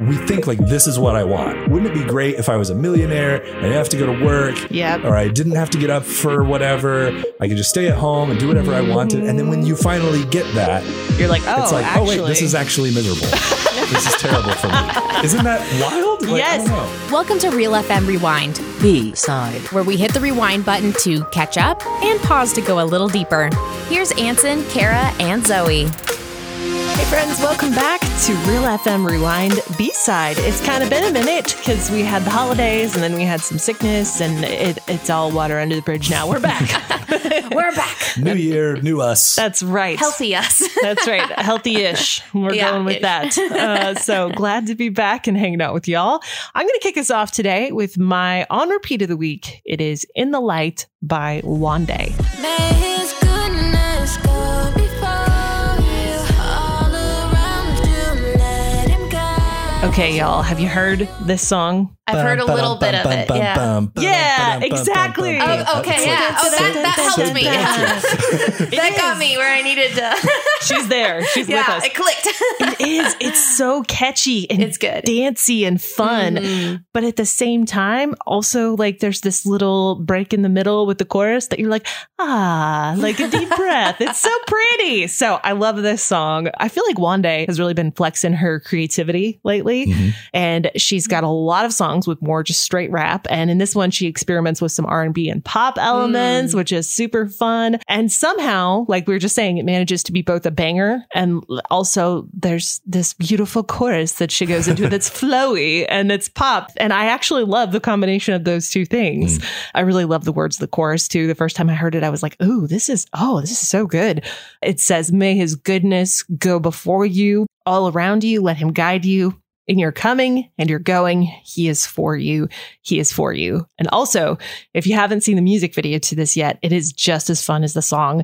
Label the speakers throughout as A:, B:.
A: we think like this is what I want. Wouldn't it be great if I was a millionaire? I didn't have to go to work,
B: Yep.
A: or I didn't have to get up for whatever. I could just stay at home and do whatever I wanted. And then when you finally get that,
B: You're like, oh,
A: it's like,
B: actually.
A: oh wait, this is actually miserable. this is terrible for me. Isn't that wild? Like, I don't
B: Yes.
A: know.
C: Welcome to Real FM Rewind,
D: B side.
C: where we hit the rewind button to catch up and pause to go a little deeper. Here's Anson, Kara, and Zoe.
D: Hey friends, welcome back to Real FM Rewind B side. It's kind of been a minute because we had the holidays and then we had some sickness and it, it's all water under the bridge now. We're back.
C: We're back.
A: New year, new us.
D: That's right.
C: Healthy us.
D: That's right. Healthy ish. We're
C: Yeah,
D: going with
C: ish.
D: that. Uh, so glad to be back and hanging out with y'all. I'm going to kick us off today with my on repeat of the week. It is In the Light by Wande.
E: May His goodness go before you, all around you. Let Him guide.
D: Okay, y'all, have you heard this song?
B: I've heard a little bit of it. Yeah.
D: Yeah, exactly.
B: Oh, okay, yeah. Oh, that, that helped me. that got me where I needed to.
D: She's there. She's with
B: yeah,
D: us.
B: it clicked.
D: it is. It's so catchy and
B: It's good. Mm-hmm.
D: dancey and fun. But at the same time, also like there's this little break in the middle with the chorus that you're like, ah, like a deep breath. It's so pretty. So I love this song. I feel like Wande has really been flexing her creativity lately. And she's got a lot of songs with more just straight rap. And in this one, she experiments with some R&B and pop elements, which is super fun. And somehow, like we were just saying, it manages to be both a banger and l- also there's this beautiful chorus that she goes into that's flowy and it's pop. And I actually love the combination of those two things. I really love the words of the chorus too. The first time I heard it, I was like, oh, this is, oh, this is so good. It says, may his goodness go before you, all around you, let him guide you. In your coming and your going, he is for you. He is for you. And also, if you haven't seen the music video to this yet, it is just as fun as the song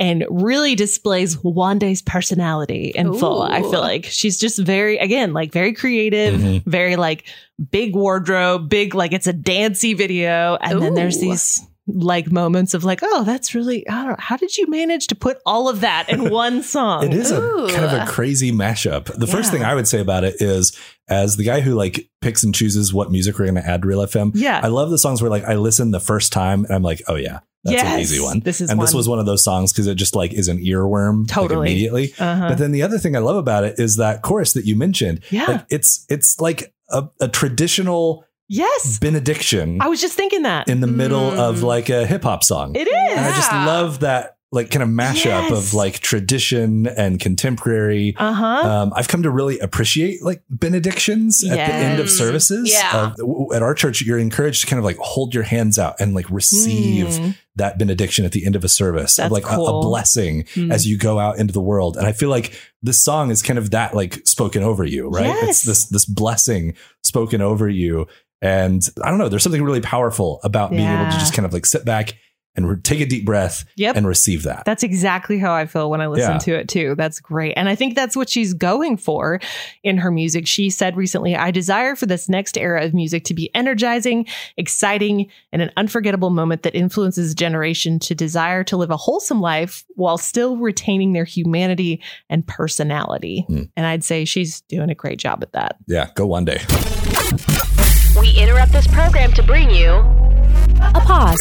D: and really displays Wanda's personality in full. I
B: Ooh.
D: feel like she's just very, again, like very creative,
A: Mm-hmm.
D: very like big wardrobe, big, like it's a dancey video. And then there's
B: Ooh.
D: these like moments of like, oh, that's really, I don't know, how did you manage to put all of that in one song?
A: It is a kind of a
B: Ooh.
A: crazy mashup. The first
D: Yeah.
A: thing I would say about it is, as the guy who like picks and chooses what music we're going to add to Real FM,
D: Yeah.
A: I love the songs where like I listen the first time and I'm like, oh yeah, that's an
D: Yes.
A: easy one.
D: This is
A: and this
D: one.
A: was one of those songs because it just like is an earworm like,
D: Totally.
A: immediately.
D: Uh-huh.
A: But then the other thing I love about it is that chorus that you mentioned.
D: Yeah.
A: Like it's it's like a, a traditional
D: yes.
A: benediction
D: I was just thinking that.
A: Mm-hmm. in the middle of
B: Mm.
A: like a hip hop song.
D: It is.
A: And I just
B: Yeah.
A: love that like kind of mashup
D: Yes.
A: of like tradition and contemporary.
D: Uh
B: Uh-huh.
D: huh.
A: Um, I've come to really appreciate like benedictions at the end of
B: Yes.
A: services.
B: Yeah.
A: Uh, w- w- at our church, you're encouraged to kind of like hold your hands out and like receive that benediction at the end of a service, of
D: That's
A: like a- a,
D: cool.
A: blessing
D: Mm.
A: as you go out into the world. And I feel like this song is kind of that like spoken over you, right?
D: Yes.
A: It's this this blessing spoken over you. And I don't know, there's something really powerful about being able to
D: Yeah.
A: just kind of like sit back and re- take a deep breath
D: Yep.
A: and receive that.
D: That's exactly how I feel when I listen
A: Yeah.
D: to it too. That's great. And I think that's what she's going for in her music. She said recently, I desire for this next era of music to be energizing, exciting, and an unforgettable moment that influences a generation to desire to live a wholesome life while still retaining their humanity and personality.
A: Hmm.
D: And I'd say she's doing a great job at that.
A: Yeah, go one day.
F: We interrupt this program to bring you
C: A pause.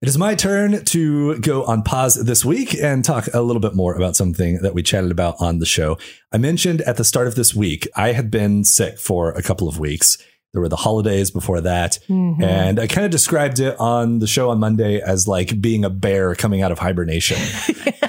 A: It is my turn to go on pause this week and talk a little bit more about something that we chatted about on the show. I mentioned at the start of this week, I had been sick for a couple of weeks. There were the holidays before that.
D: Mm-hmm.
A: And I kind of described it on the show on Monday as like being a bear coming out of hibernation.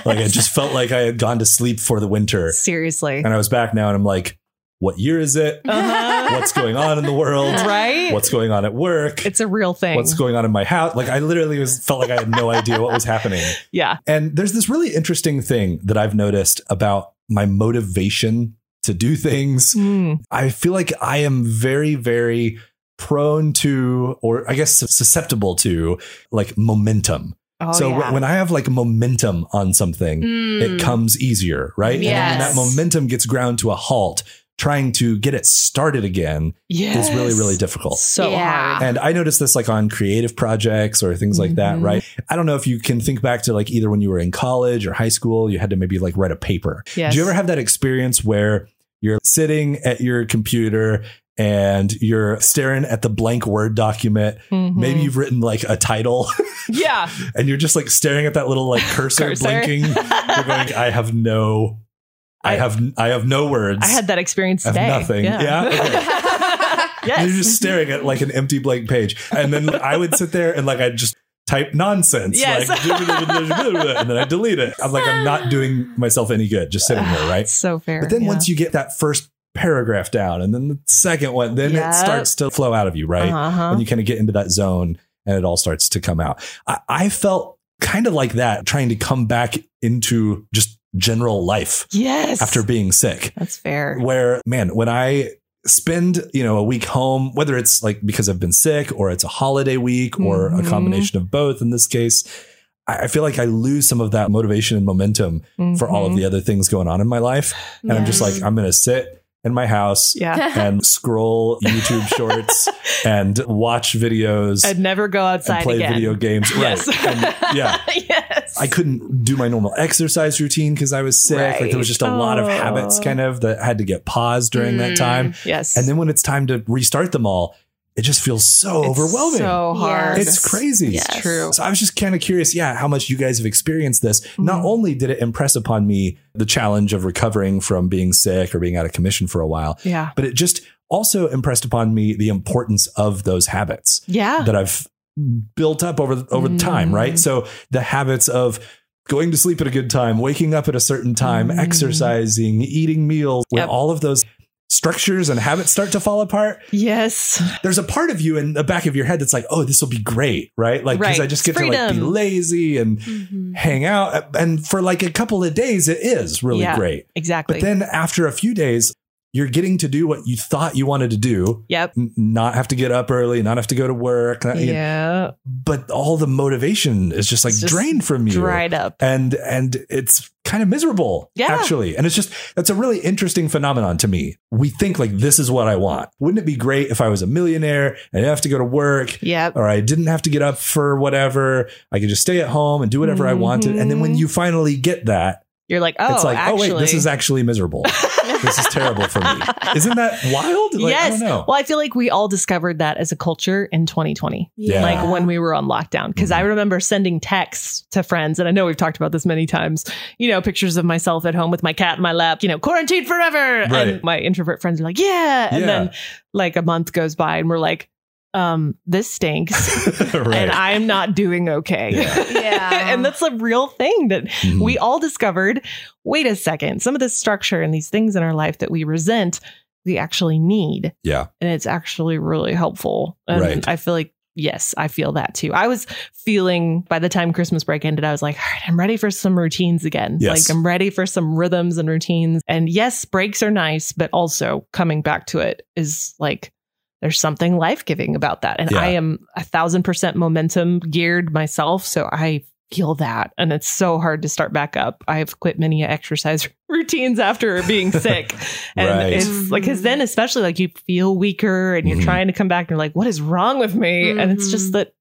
A: Like I just felt like I had gone to sleep for the winter.
D: Seriously.
A: And I was back now and I'm like, what year is it?
D: Uh-huh.
A: What's going on in the world?
D: right?
A: What's going on at work?
D: it's a real thing.
A: What's going on in my house? Like I literally was felt like I had no idea what was happening.
D: yeah.
A: And there's this really interesting thing that I've noticed about my motivation to do things.
D: Hmm.
A: I feel like I am very, very prone to, or I guess susceptible to, like momentum.
D: Oh,
A: so
D: yeah. Mm.
A: wh- when I have like momentum on something, it comes easier, right? And when
B: Yes.
A: that momentum gets ground to a halt, trying to get it started again
D: yes.
A: is really, really difficult.
D: so
B: Yeah.
D: hard.
A: And I noticed this like on creative projects or things like that,
D: Mhm.
A: right? I don't know if you can think back to like either when you were in college or high school, you had to maybe like write a paper.
D: Yes.
A: Do you ever have that experience where You're sitting at your computer and you're staring at the blank Word document. Maybe you've written like a title
D: Mm-hmm. yeah.
A: and you're just like staring at that little like cursor,
D: Cursor.
A: blinking. You're going, I have no, I,
D: I-
A: have, I have no words.
D: I had that experience
A: I have
D: today.
A: nothing. Yeah. And
D: yes.
A: You're just staring at like an empty blank page. And then I would sit there and like I'd just type nonsense.
D: Yes.
A: Like, and then I delete it. I'm like, I'm not doing myself any good just sitting here, right?
D: It's so fair.
A: But then
D: yeah.
A: once you get that first paragraph down and then the second one, then
D: Yep.
A: it starts to flow out of you, right?
D: Uh-huh.
A: When you kind of get into that zone and it all starts to come out. I, I felt kind of like that trying to come back into just general life
D: yes.
A: after being sick
D: That's fair.
A: where man when i spend you know a week home whether it's like because i've been sick or it's a holiday week or a
D: Mhm.
A: combination of both in this case I I feel like I lose some of that motivation and momentum for all
D: Mm-hmm.
A: of the other things going on in my life. And I'm just like, I'm going to sit in my house
D: Yeah.
A: and scroll YouTube shorts and watch videos
D: I'd never go
A: and
D: outside
A: play
D: again.
A: video games.
D: Yes.
A: Right. And, yeah.
D: yes.
A: I couldn't do my normal exercise routine because I was sick. Like there was just a lot of
D: Right.
A: habits
D: Oh.
A: kind of that had to get paused during that
B: Mm.
A: time.
D: Yes.
A: And then when it's time to restart them all, it just feels so
D: It's
A: overwhelming.
D: So hard.
B: Yes.
A: it's crazy.
B: Yes.
D: True.
A: So I was just kind of curious, yeah, how much you guys have experienced this. Not
D: Mhm.
A: only did it impress upon me the challenge of recovering from being sick or being out of commission for a while,
D: Yeah.
A: but it just also impressed upon me the importance of those habits
D: Yeah.
A: that I've built up over over
D: Mm.
A: time, right? So the habits of going to sleep at a good time, waking up at a certain time,
D: Mm.
A: exercising, eating meals, when
D: Yep.
A: all of those structures and habits start to fall apart,
D: yes.
A: there's a part of you in the back of your head that's like, "Oh, this will be great," right? Like because
D: Right.
A: I just get to like be
D: Freedom. Mm-hmm.
A: lazy and hang out uh, and for like a couple of days it is really
D: Yeah.
A: great.
D: Exactly.
A: But then after a few days, you're getting to do what you thought you wanted to do,
D: yep.
A: n- not have to get up early, not have to go to work, not- Uh, you know,
D: Yeah.
A: but all the motivation is just like
D: It's just
A: drained from you
D: Dried up.
A: and and it's kind of miserable
D: Yeah.
A: actually and it's just that's a really interesting phenomenon to me we think like this is what i want wouldn't it be great if i was a millionaire and i didn't have to go to work
D: Yep.
A: or i didn't have to get up for whatever i could just stay at home and do whatever i wanted and then when
D: Mhm.
A: you finally get that
D: You're like, oh,
A: it's like
D: actually,
A: oh wait this is actually miserable this is terrible for me isn't that wild like, i
D: yes.
A: don't know
D: Well, I feel like we all discovered that as a culture in 2020.
A: Yeah. Mm-hmm.
D: like when we were on lockdown because i remember sending texts to friends and i know we've talked about this many times you know pictures of myself at home with my cat in my lap you know quarantine forever
A: Right.
D: and my introvert friends are like yeah and
A: Yeah.
D: then like a month goes by and we're like um this stinks
A: right
D: and i'm not doing okay
A: Yeah.
B: Yeah.
D: and that's a real thing that
A: Mhm.
D: we all discovered wait a second some of this structure and these things in our life that we resent we actually need
A: Yeah.
D: and it's actually really helpful and
A: Right.
D: i feel like yes i feel that too i was feeling by the time christmas break ended i was like all right i'm ready for some routines again
A: Yes.
D: like i'm ready for some rhythms and routines and yes breaks are nice but also coming back to it is like there's something life-giving about that and
A: Yeah.
D: i am a thousand percent momentum geared myself so i feel that and it's so hard to start back up i've quit many exercise routines after being sick and
A: Right.
D: it's
B: Mm-hmm.
D: like because then especially like you feel weaker and you're
A: Mhm.
D: trying to come back and you're like what is wrong with me and it's just
B: Mhm.
D: that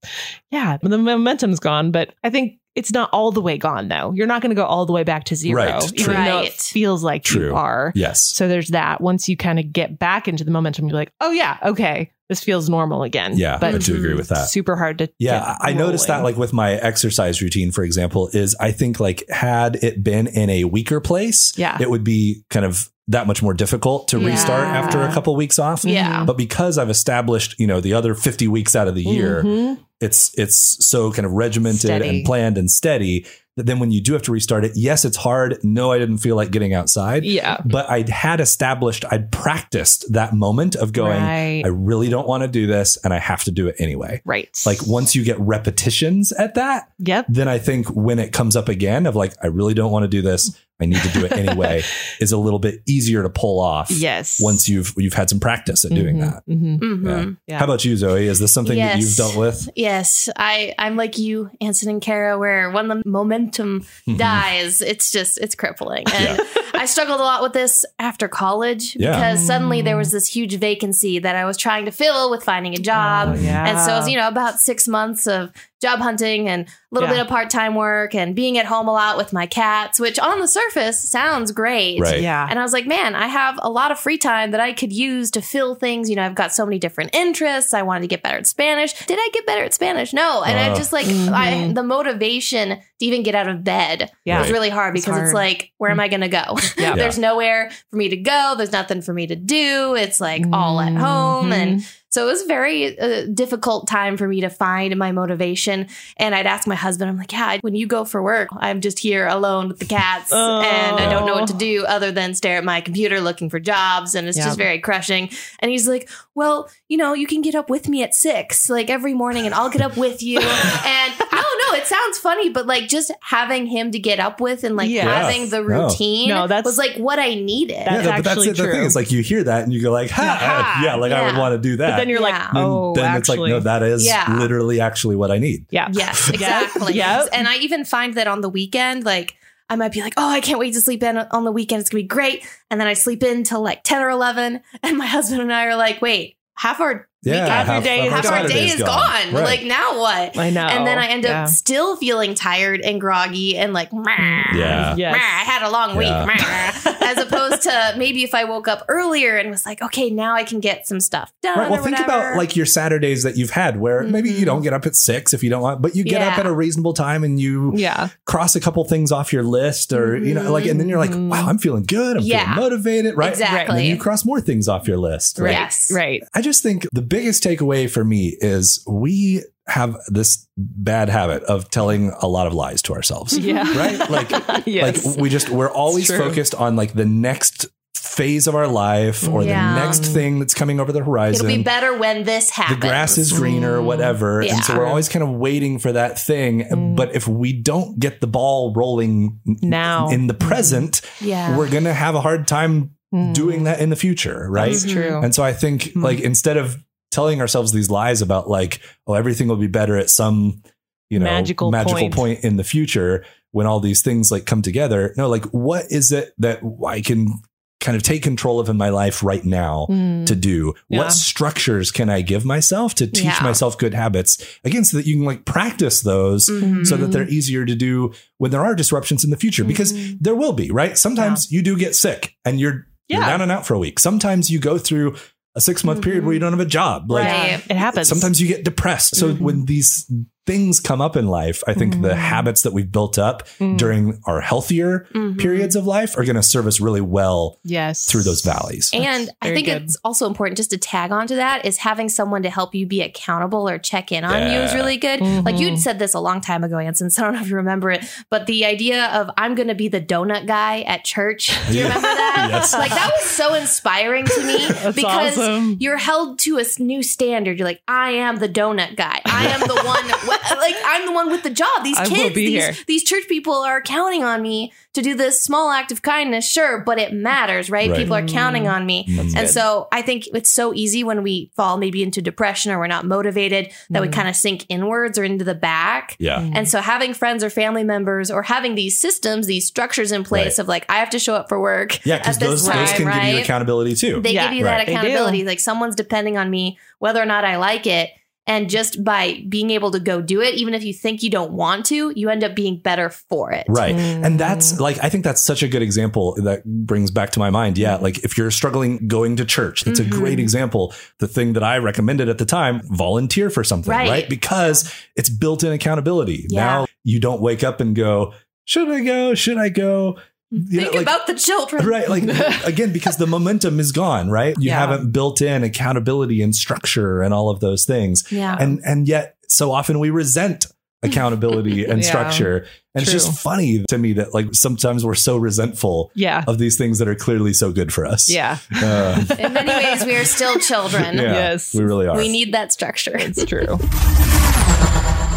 D: yeah the momentum's gone but i think it's not all the way gone though you're not going to go all the way back to zero
A: Right,
D: even
B: true.
D: though
B: Right.
D: it feels like
A: True.
D: you are
A: yes
D: so there's that once you kind of get back into the momentum you're like oh yeah okay this feels normal again
A: yeah i
D: but
A: do agree with that
D: super hard to
A: Yeah,
D: Mm-hmm. get
A: I- I noticed that
D: rolling.
A: like with my exercise routine, for example, is I think like had it been in a weaker place,
D: Yeah.
A: it would be kind of that much more difficult to restart
B: Yeah.
A: after a couple weeks off.
B: Yeah.
A: But because I've established, you know, the other 50 weeks out of the year,
D: Mhm.
A: it's it's so kind of regimented
D: Steady.
A: and planned and steady that then when you do have to restart it, yes, it's hard. No, I didn't feel like getting outside.
D: yeah
A: But I had established, I'd practiced that moment of going,
D: right
A: I really don't want to do this and I have to do it anyway
D: right
A: like once you get repetitions at that
D: yep
A: then i think when it comes up again of like i really don't want to do this i need to do it anyway is a little bit easier to pull off
D: yes
A: once you've you've had some practice at doing
D: Mhm,
A: that
D: mhm.
B: Mhm.
D: Yeah.
A: how about you zoe is this something that you've
B: Yes.
A: dealt with
B: Yes, I I'm like you, Anson and Kara, where when the momentum dies, it's just it's crippling. And I struggled a lot with this after college
A: Yeah.
B: because suddenly there was this huge vacancy that I was trying to fill with finding a job.
D: Mm. Oh, yeah.
B: And so it was, you know, about six months of job hunting and a little
D: Yeah.
B: bit of part time work and being at home a lot with my cats, which on the surface sounds great.
A: Right.
D: Yeah.
B: And I was like, man, I have a lot of free time that I could use to fill things. You know, I've got so many different interests. I wanted to get better at Spanish. Did I get better at Spanish? No. And
A: Oh.
B: I just like I, the motivation to even get out of bed
D: Yeah.
B: was really hard
D: It's
B: because it's,
D: hard.
B: like, where am I going to go?
D: Yeah.
B: There's nowhere for me to go. There's nothing for me to do. It's like all
D: Mm-hmm.
B: at home and so it was a very uh, difficult time for me to find my motivation. And I'd ask my husband, I'm like, yeah, when you go for work, I'm just here alone with the cats
D: Oh.
B: and I don't know what to do other than stare at my computer looking for jobs. And it's
D: Yeah.
B: just very crushing. And he's like, well, you know, you can get up with me at six, like every morning, and I'll get up with you. and I don't know, it sounds funny, but like just having him to get up with and like
D: Yeah.
B: having the
A: No.
B: routine
D: No, that's-
B: was like what I needed.
D: That's
A: yeah, but that's
D: actually
A: it, the thing.
D: true.
A: It's like you hear that and you go like, ha,
D: Aha.
A: yeah, like I would
B: Yeah.
A: want to do that.
D: But then you're
B: Yeah.
D: like,
A: And
D: oh,
A: then
D: actually.
A: it's like, no, that is
B: Yeah.
A: literally actually what I need.
D: yeah.
B: Yes,
D: Yep.
B: exactly.
D: Yep.
B: And I even find that on the weekend, like I might be like, oh, I can't wait to sleep in on the weekend. It's gonna be great. And then I sleep in till like 10 or 11. And my husband and I are like, wait, half our
A: Yeah,
D: half your day-
B: half our
A: Saturday
B: day is gone.
A: Right.
B: Like now what?
D: I know.
B: And then I end
D: Yeah.
B: up still feeling tired and groggy and like, "Meh."
A: yeah.
D: Yes.
B: Meh, I had a long week.
A: Yeah.
B: meh. As opposed to maybe if I woke up earlier and was like, okay, now I can get some stuff done.
A: Right. Well,
B: or
A: think
B: whatever.
A: about like your Saturdays that you've had where maybe you
B: Mhm.
A: don't get up at six if you don't want, but you get up
B: Yeah.
A: at a reasonable time and you
D: Yeah.
A: cross a couple things off your list or, you know, like, and then you're like,
D: Mhm.
A: wow, I'm feeling good. I'm
B: Yeah.
A: feeling motivated. Right. And then
B: Exactly.
A: you cross more things off your list.
B: Right.
D: Yes.
B: Yes.
D: Right.
A: I just think the biggest takeaway for me is we have this bad habit of telling a lot of lies to ourselves.
D: Yeah.
A: Right? Like,
D: yes.
A: Like we just we're always
D: It's true.
A: focused on like the next phase of our life or
B: Yeah.
A: the next thing that's coming over the horizon.
B: it'll be better when this
A: the
B: happens.
A: grass is greener, or
D: Mm.
A: whatever. And so
B: Yeah.
A: we're always kind of waiting for that thing.
D: Mm.
A: But if we don't get the ball rolling n-
D: Now.
A: in the present,
B: yeah.
A: we're going to have a hard time
D: Mm.
A: doing that in the future. Right.
D: Mm-hmm. That's true.
A: And so I think
D: Hmm.
A: like instead of telling ourselves these lies about like, oh, everything will be better at some, you know,
D: Magical point.
A: point in the future when all these things like come together. No, like what is it that I can kind of take control of in my life right now?
D: Mm.
A: To do
D: Yeah.
A: what structures can I give myself to teach
B: Yeah.
A: myself good habits again, so that you can like practice those,
D: Mm-hmm.
B: Mhm.
A: so that they're easier to do when there are disruptions in the
B: Mm-hmm.
A: future. Because there will be, right? Sometimes you do get sick and you're, you're
D: Yeah.
A: down and out for a week. Sometimes you go through a six month period where you don't have a job. Like
B: Mm-hmm. Right. Mm-hmm.
D: It happens.
A: sometimes you get depressed. So
D: Mhm.
A: when these things come up in life, I think the
D: Mhm.
A: habits that we've built up
D: Mm.
A: during our healthier
B: Mhm.
A: periods of life are going to serve us really well
D: Yes.
A: through those valleys.
B: And I
D: Very
B: think
D: good.
B: it's also important just to tag onto that is having someone to help you be accountable or check in on you is
A: Yeah.
B: really good.
D: Mhm.
B: Like you'd said this a long time ago, Anson, so I don't know if you remember it, but the idea of I'm going to be the donut guy at church. Do you
A: Yeah.
B: remember that?
A: Yes.
B: Like that was so inspiring to me because
D: awesome.
B: you're held to a s- new standard. You're like, I am the donut guy. I am the one, wh- like, I'm the one with the job. These
D: I will
B: kids,
D: be
B: these,
D: here.
B: these church people are counting on me to do this small act of kindness, sure, but it matters, right?
A: Right.
B: People are counting on me.
D: Mm-hmm.
A: Mm.
B: And so I think it's so easy when we fall maybe into depression or we're not motivated that we
D: Mm-hmm.
B: kind of sink inwards or into the back.
A: yeah.
B: And so having friends or family members or having these systems, these structures in
A: Right.
B: place of like, I have to show up for work
A: Yeah. Because
B: at this
A: those,
B: time,
A: those can
B: right?
A: give you accountability too.
B: They
D: Yeah.
B: give you
A: Right.
B: that
D: They do.
B: accountability. Like someone's depending on me, whether or not I like it. And just by being able to go do it, even if you think you don't want to, you end up being better for it.
A: Right. And that's like, I think that's such a good example that brings back to my mind. Yeah.
B: Mm-hmm.
A: Like, if you're struggling going to church, that's a
B: Mhm.
A: great example. The thing that I recommended at the time volunteer for something, right?
B: Right.
A: Because it's built in accountability.
B: Yeah.
A: Now you don't wake up and go, should I go? Should I go? You know,
B: Think
A: like-
B: about the children.
A: Right. Like, again, because the momentum is gone, right? You
D: Yeah.
A: haven't built in accountability and structure and all of those things
B: Yeah.
A: and and yet so often we resent accountability and
D: Yeah.
A: structure and it's
D: True.
A: just funny to me that like sometimes we're so resentful
D: Yeah.
A: of these things that are clearly so good for us
D: Yeah.
A: Uh,
B: In many ways, we are still children.
A: yeah,
D: Yes.
A: we really are
B: We need that structure.
D: It's true.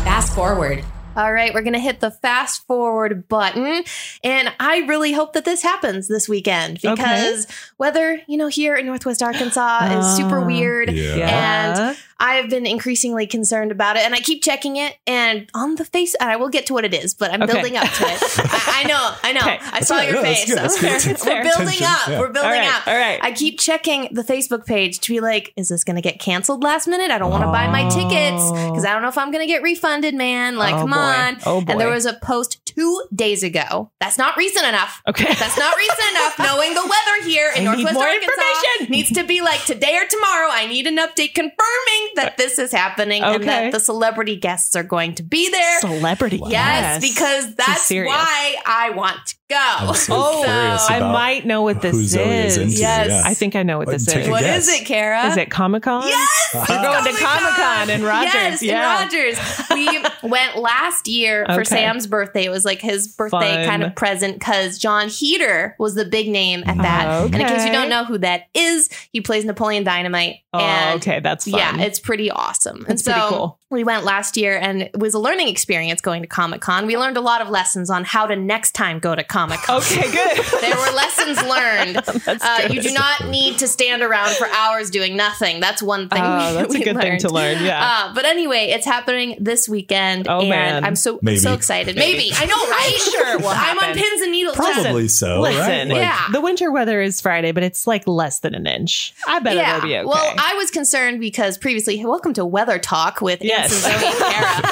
C: Fast forward.
B: All right, we're going to hit the fast forward button. And I really hope that this happens this weekend
D: Okay.
B: because weather, you know, here in Northwest Arkansas is super
D: Ah,
B: weird.
A: yeah.
D: Yeah.
B: I've been increasingly concerned about it and I keep checking it. And on the face, and I will get to what it is, but I'm
D: Okay.
B: building up to it. I, I know, I know.
D: Okay.
B: I saw
A: No,
B: your
A: no, that's
B: face.
A: good, that's good.
B: We're-
A: It's
B: We're building
A: Attention,
B: up.
A: yeah.
B: We're building
D: all right.
B: up.
D: All right.
B: I keep checking the Facebook page to be like, is this going to get canceled last minute? I don't want to buy my tickets because I don't know if I'm going to get refunded, man. Like,
D: Oh,
B: come
D: boy.
B: on.
D: Oh, boy.
B: And there was a post two days ago. That's not recent enough.
D: okay.
B: That's not recent enough. Knowing the weather here in
D: I need
B: Northwest
D: more
B: Arkansas
D: information.
B: needs to be like today or tomorrow. I need an update confirming that this is happening and
D: Uh, Okay.
B: that the celebrity guests are going to be there.
D: Celebrity.
B: Yes, because that's
D: serious.
B: why I want to go.
A: I'm so
D: Oh,
A: curious
D: I
A: about
D: might know what this
A: who
D: is.
A: Zoe is into.
B: Yes.
A: Yeah.
D: I think I know what this
A: Take
D: is.
A: a
B: What
A: guess.
B: is it, Kara?
D: Is it Comic Con?
B: Yes,
D: We're going to Comic Con in Rogers.
B: Yes, in
D: yeah.
B: Rogers. We went last year for
D: Okay.
B: Sam's birthday. It was like his birthday
D: Fun.
B: kind of present because John Heater was the big name at that. And in case you
D: Okay.
B: don't know who that is, he plays Napoleon Dynamite.
D: Oh,
B: and
D: okay. That's fun.
B: Yeah, it's pretty awesome.
D: That's
B: and so
D: pretty cool.
B: we went last year and it was a learning experience going to Comic Con. We learned a lot of lessons on how to next time go to Comic Con.
D: Okay, good.
B: There were lessons learned.
D: That's
B: Uh,
D: good.
B: you do not need to stand around for hours doing nothing. That's one thing.
D: Oh,
B: we-
D: that's a
B: we
D: good thing
B: learned.
D: to learn. Yeah.
B: Uh, but anyway, it's happening this weekend.
D: Oh,
B: and
D: man.
B: I'm so
A: Maybe.
B: so excited. Maybe. I know, right?
D: sure it will
B: I'm on
D: happen.
B: pins and needles.
A: Probably so.
D: Listen,
A: right? Like,
B: yeah.
D: the winter weather is Friday, but it's like less than an inch. I bet
B: yeah.
D: it'll be okay.
B: Well, I was concerned because previously, hey, welcome to Weather Talk with
D: Yes.
B: yes. Zoe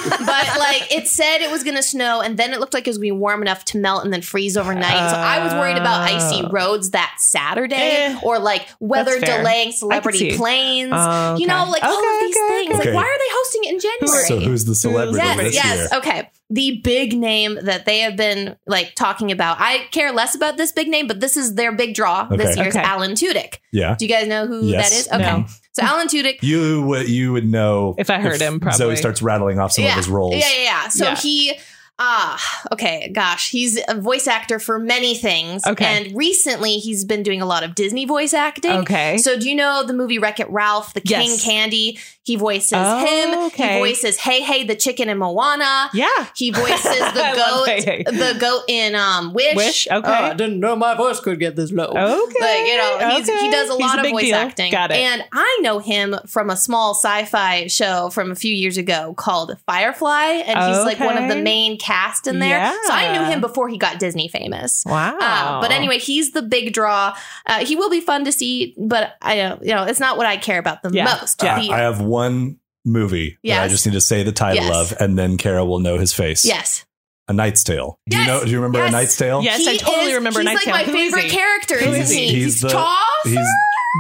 B: and Kara. but like it said it was going to snow and then it looked like it was going to be warm enough to melt and then freeze overnight. so I was worried about icy
D: Oh.
B: roads that Saturday
D: Eh,
B: or like weather
D: fair.
B: delaying
D: see.
B: celebrity planes.
D: Oh,
B: You know,
D: okay.
B: like all
D: Okay,
B: of these
D: okay,
B: things.
A: okay.
B: Like, why are they hosting it in January?
A: So who's the celebrity
B: Yes,
A: this
B: yes.
A: year?
B: Okay. The big name that they have been like talking about. I care less about this big name, but this is their big draw this
A: Okay.
B: year is
D: Okay.
B: Alan Tudyk.
A: Yeah.
B: Do you guys know who
A: Yes.
B: that is? Okay.
D: No.
B: So Alan Tudyk.
A: You would you would know
D: If I heard him, probably.
A: Zoe starts rattling off some
B: yeah.
A: of his roles.
B: Yeah, yeah, yeah. So
D: Yeah.
B: he ah, okay, gosh. He's a voice actor for many things.
D: Okay.
B: And recently he's been doing a lot of Disney voice acting.
D: okay.
B: So do you know the movie Wreck It Ralph, The King
D: Yes.
B: Candy? He voices
D: Oh,
B: him.
D: okay.
B: He voices Hey Hey the Chicken in Moana.
D: yeah.
B: He voices the
D: I love
B: goat,
D: Hey Hey.
B: the goat in um Wish.
D: Wish. Okay.
B: didn't know my voice could get this low.
D: okay.
B: Like you know, he's,
D: Okay.
B: he does a
D: He's
B: lot of
D: big
B: voice
D: deal.
B: acting.
D: Got it.
B: And I know him from a small sci-fi show from a few years ago called Firefly, and he's like one of the
D: Okay.
B: main cast in there. So I knew
D: Yeah. Oh.
B: him before he got Disney famous.
D: wow.
B: Uh, but anyway, he's the big draw. Uh, he will be fun to see, but I don't, you know, it's not what I care about the
D: Yeah.
B: most.
A: I-
B: He-
A: I have one movie that I
B: Yes.
A: just need to say the title
B: Yes.
A: of, and then Kara will know his face.
B: yes,
A: A Knight's Tale. Do
B: Yes.
A: you know? Do you remember
B: Yes.
A: A Knight's Tale?
D: Yes, I totally
B: is-
D: remember
B: He's
D: Knight's
B: like
D: Tale.
B: my
D: Who is
B: favorite
D: he?
B: character,
A: Who
B: isn't
A: is
B: he?
A: he? He's the-
B: Chaucer?
A: He's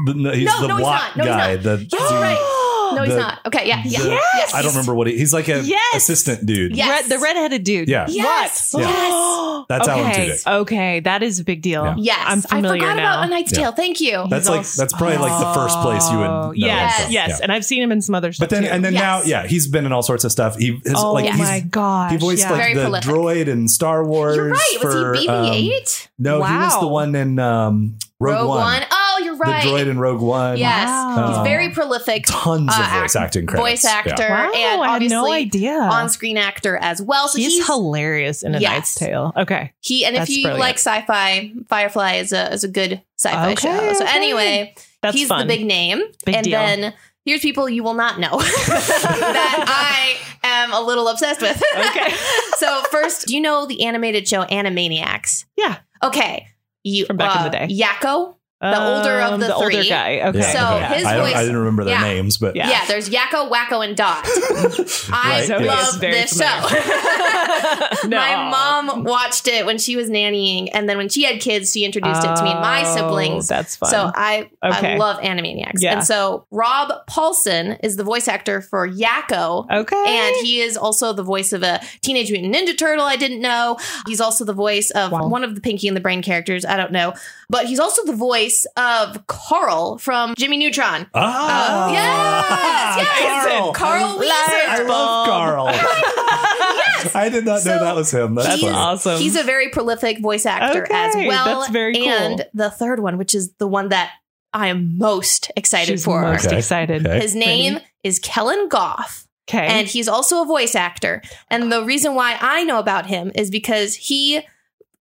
A: the, no, he's
B: No,
A: the
B: no, he's
A: Watt
B: not. No, he's
A: guy.
B: not.
A: The,
B: Yes,
A: the-
B: you're right. No, he's
A: the-
B: not. Okay, yeah, yeah.
A: the-
B: yes.
A: I don't remember what he. He's like a
D: Yes.
A: assistant dude.
B: Yes.
D: Red- the redheaded dude.
A: Yeah.
B: Yes.
D: What?
B: Yes.
A: That's
D: okay.
A: Alan Tudyk.
D: Okay, that is a big deal.
A: Yeah.
B: Yes,
D: I'm familiar
B: I forgot
D: now.
B: about A Knight's
A: Yeah.
B: Tale. Thank you.
A: That's like
D: also-
A: that's probably like the first place you would.
B: Oh,
A: Know
D: yes,
A: him from.
D: yes,
A: Yeah.
D: and I've seen him in some other stuff.
A: But then
D: too.
A: and then
B: Yes.
A: now, yeah, he's been in all sorts of stuff. He his,
D: oh
A: like
B: yes.
D: my
A: he's
D: gosh,
A: he voiced
D: yeah.
A: like
B: Very
A: the
B: prolific.
A: droid in Star Wars.
B: You're right. Was
A: for,
B: he
A: um,
B: BB-8?
A: no, he was the
D: Wow.
A: one in um, Rogue,
B: Rogue
A: One.
B: One. Oh, you're right.
A: The droid in Rogue One.
B: Yes,
D: Wow.
B: he's
A: Um,
B: very prolific.
A: Tons of
B: uh,
A: voice
B: act-
A: acting credits.
B: Voice actor
D: wow,
B: and
D: I had
B: obviously
D: no idea.
B: on-screen actor as well. So
D: he's,
B: he's,
D: hilarious in A Knight's
B: Yes.
D: Tale. Okay,
B: he and if
D: That's
B: you
D: brilliant.
B: like sci-fi, Firefly is a is a good sci-fi
D: Okay,
B: show. So
D: okay.
B: anyway,
D: that's
B: he's
D: fun.
B: the big name,
D: Big
B: and
D: deal.
B: then here's people you will not know that I am a little obsessed with.
D: okay,
B: so first, do you know the animated show Animaniacs?
D: Yeah.
B: Okay. You uh,
D: From back in the day.
B: Yakko. The older of the
D: Um, the older
B: three.
D: guy. Okay,
A: Yeah,
B: So
A: okay.
B: his
A: I, don't-
B: voice-
A: I didn't remember their
B: yeah.
A: names, but
D: Yeah.
B: Yeah. there's Yakko, Wacko, and Dot. I
A: Right, yeah.
D: Yes,
B: love
D: very
B: this show.
D: familiar. No.
B: My mom watched it when she was nannying, and then when she had kids, she introduced it to me and my
D: Oh,
B: siblings.
D: That's fun.
B: So I
D: Okay.
B: I love Animaniacs.
D: Yeah.
B: And so Rob Paulson is the voice actor for Yakko.
D: okay,
B: And he is also the voice of a Teenage Mutant Ninja Turtle I didn't know. He's also the voice of
D: Wow.
B: one of the Pinky and the Brain characters. I don't know. But he's also the voice of Carl from Jimmy Neutron.
A: Ah,
B: Oh,
D: Ah.
B: yes, yes.
A: Carl.
B: Carl Oh Weezer.
A: I love Carl. I did not know
B: So
A: that was him. That's
D: That's
B: He's-
A: funny.
D: awesome.
B: He's a very prolific voice actor
D: Okay,
B: as well.
D: that's very cool.
B: And the third one, which is the one that I am most excited
D: She's
B: for.
D: most
A: Okay.
D: excited.
A: Okay.
B: His name is Kellen Goff.
D: Okay.
B: and he's also a voice actor. And the reason why I know about him is because he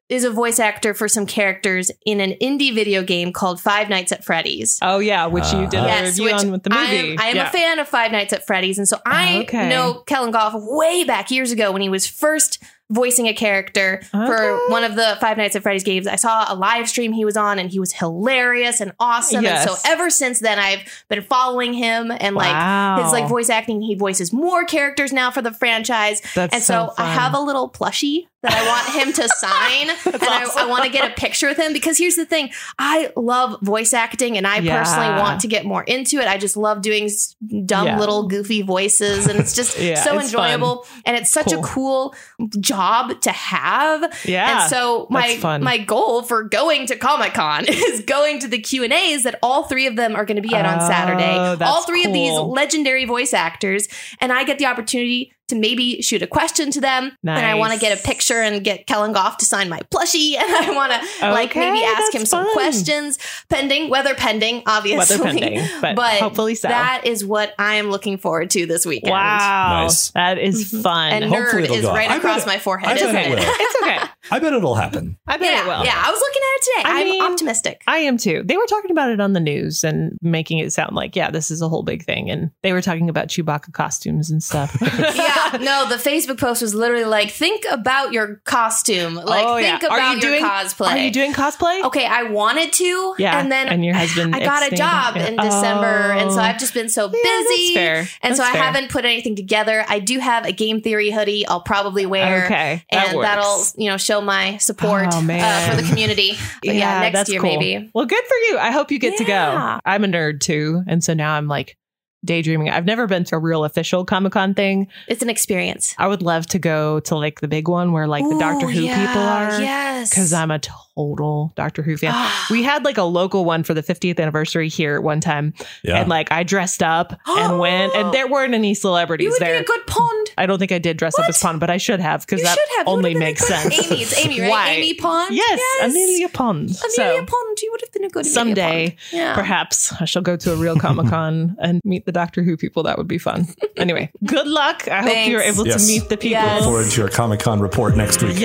B: is a voice actor for some characters in an indie video game called Five Nights at Freddy's.
D: oh yeah, which you did
A: Uh-huh.
D: a
B: Yes,
D: review
B: which
D: on with the
B: I
D: movie.
B: am, I am
D: yeah. Oh,
B: a fan of Five Nights at Freddy's, and so I
D: Okay.
B: know Kellen Goff way back years ago when he was first voicing a character for
D: Okay.
B: one of the Five Nights at Freddy's games. I saw a live stream he was on, and he was hilarious and awesome. And
D: Yes.
B: so ever since then, I've been following him and like
D: Wow.
B: his like voice acting. He voices more characters now for the franchise.
D: That's
B: and so,
D: so
B: I
D: fun.
B: have a little plushie that I want him to sign, and I, I want to get a picture with him because here's the thing: I love voice acting, and I
D: Yeah.
B: personally want to get more into it. I just love doing s- dumb
D: Yeah.
B: little goofy voices, and it's just
D: Yeah,
B: so
D: it's
B: enjoyable, and it's such a cool job to have.
D: Yeah.
B: And so my
D: that's fun.
B: my goal for going to Comic Con is going to the Q and A's that all three of them are going to be at on
D: Oh,
B: Saturday.
D: that's
B: All three of these
D: cool.
B: legendary voice actors, and I get the opportunity to maybe shoot a question to them, and I
D: Nice.
B: want to get a picture and get Kellen Goff to sign my plushie, and I want to like
D: Okay,
B: maybe ask
D: that's
B: him some
D: fun.
B: questions, pending weather pending, obviously.
D: Weather pending, but hopefully so.
B: That is what I am looking forward to this weekend.
D: wow,
A: Nice.
D: that is fun.
B: Mm-hmm. And
A: Hopefully
B: nerd
A: it'll
B: is
A: go.
B: right
A: I bet
B: across
A: it-
B: my
A: I
B: forehead,
A: bet
B: isn't
A: it
B: it?
A: will.
D: it's okay.
A: I bet it'll happen.
D: I bet
B: Yeah,
D: it will.
B: yeah. I was looking at it today.
D: I
B: I am
D: mean-
B: optimistic.
D: I am too. They were talking about it on the news and making it sound like, yeah, this is a whole big thing. And they were talking about Chewbacca costumes and stuff.
B: yeah, no, the Facebook post was literally like, think about your costume. Like,
D: Oh, yeah.
B: think about
D: are you
B: your
D: doing,
B: cosplay.
D: Are you doing cosplay?
B: okay, I wanted to.
D: Yeah.
B: And then
D: and your husband.
B: I got a
D: abstained.
B: job in
D: Yeah.
B: December. And so
D: Oh.
B: I've just been so
D: Yeah, that's
B: busy.
D: fair.
B: And
D: That's
B: so I
D: fair.
B: haven't put anything together. I do have a game theory hoodie I'll probably wear.
D: Okay.
B: And
D: works.
B: that'll, you know, show my support
D: Oh,
B: uh,
D: man.
B: for the community. But yeah, next
D: that's
B: year
D: cool.
B: maybe.
D: Well, good for you. I hope you get
B: Yeah.
D: to go. I'm a nerd too. And so now I'm like daydreaming. I've never been to a real official Comic Con thing.
B: It's an experience.
D: I would love to go to like the big one where like the Doctor
B: Ooh,
D: Who
B: yeah,
D: people are.
B: Yes.
D: Because I'm a total Doctor Who fan.
B: Ah.
D: we had like a local one for the 50th anniversary here at one time.
A: Yeah.
D: And like I dressed up and went, and there weren't any celebrities
B: you would
D: there.
B: be a good pond.
D: I don't think I did dress up as Pond, but I should have because
B: You
D: that
B: should have. You
D: only
B: would've been a
D: makes
B: good-
D: sense.
B: Amy, it's Amy, right?
D: Why?
B: Amy Pond.
D: Yes, Amelia Pond.
B: Amelia
D: so
B: Pond. You would have been a good Amelia
D: someday,
B: Pond. Yeah.
D: perhaps I shall go to a real Comic Con and meet the Doctor Who people. That would be fun. Anyway, good luck. I hope you're
B: Thanks.
D: able
A: Yes.
D: to meet the people.
A: Look forward to your Comic Con report next week.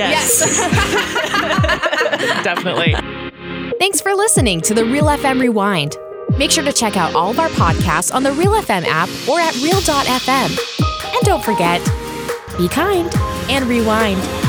D: yes. definitely.
C: Thanks for listening to the Real FM Rewind. Make sure to check out all of our podcasts on the Real FM app or at Real.fm. And don't forget, be kind and rewind.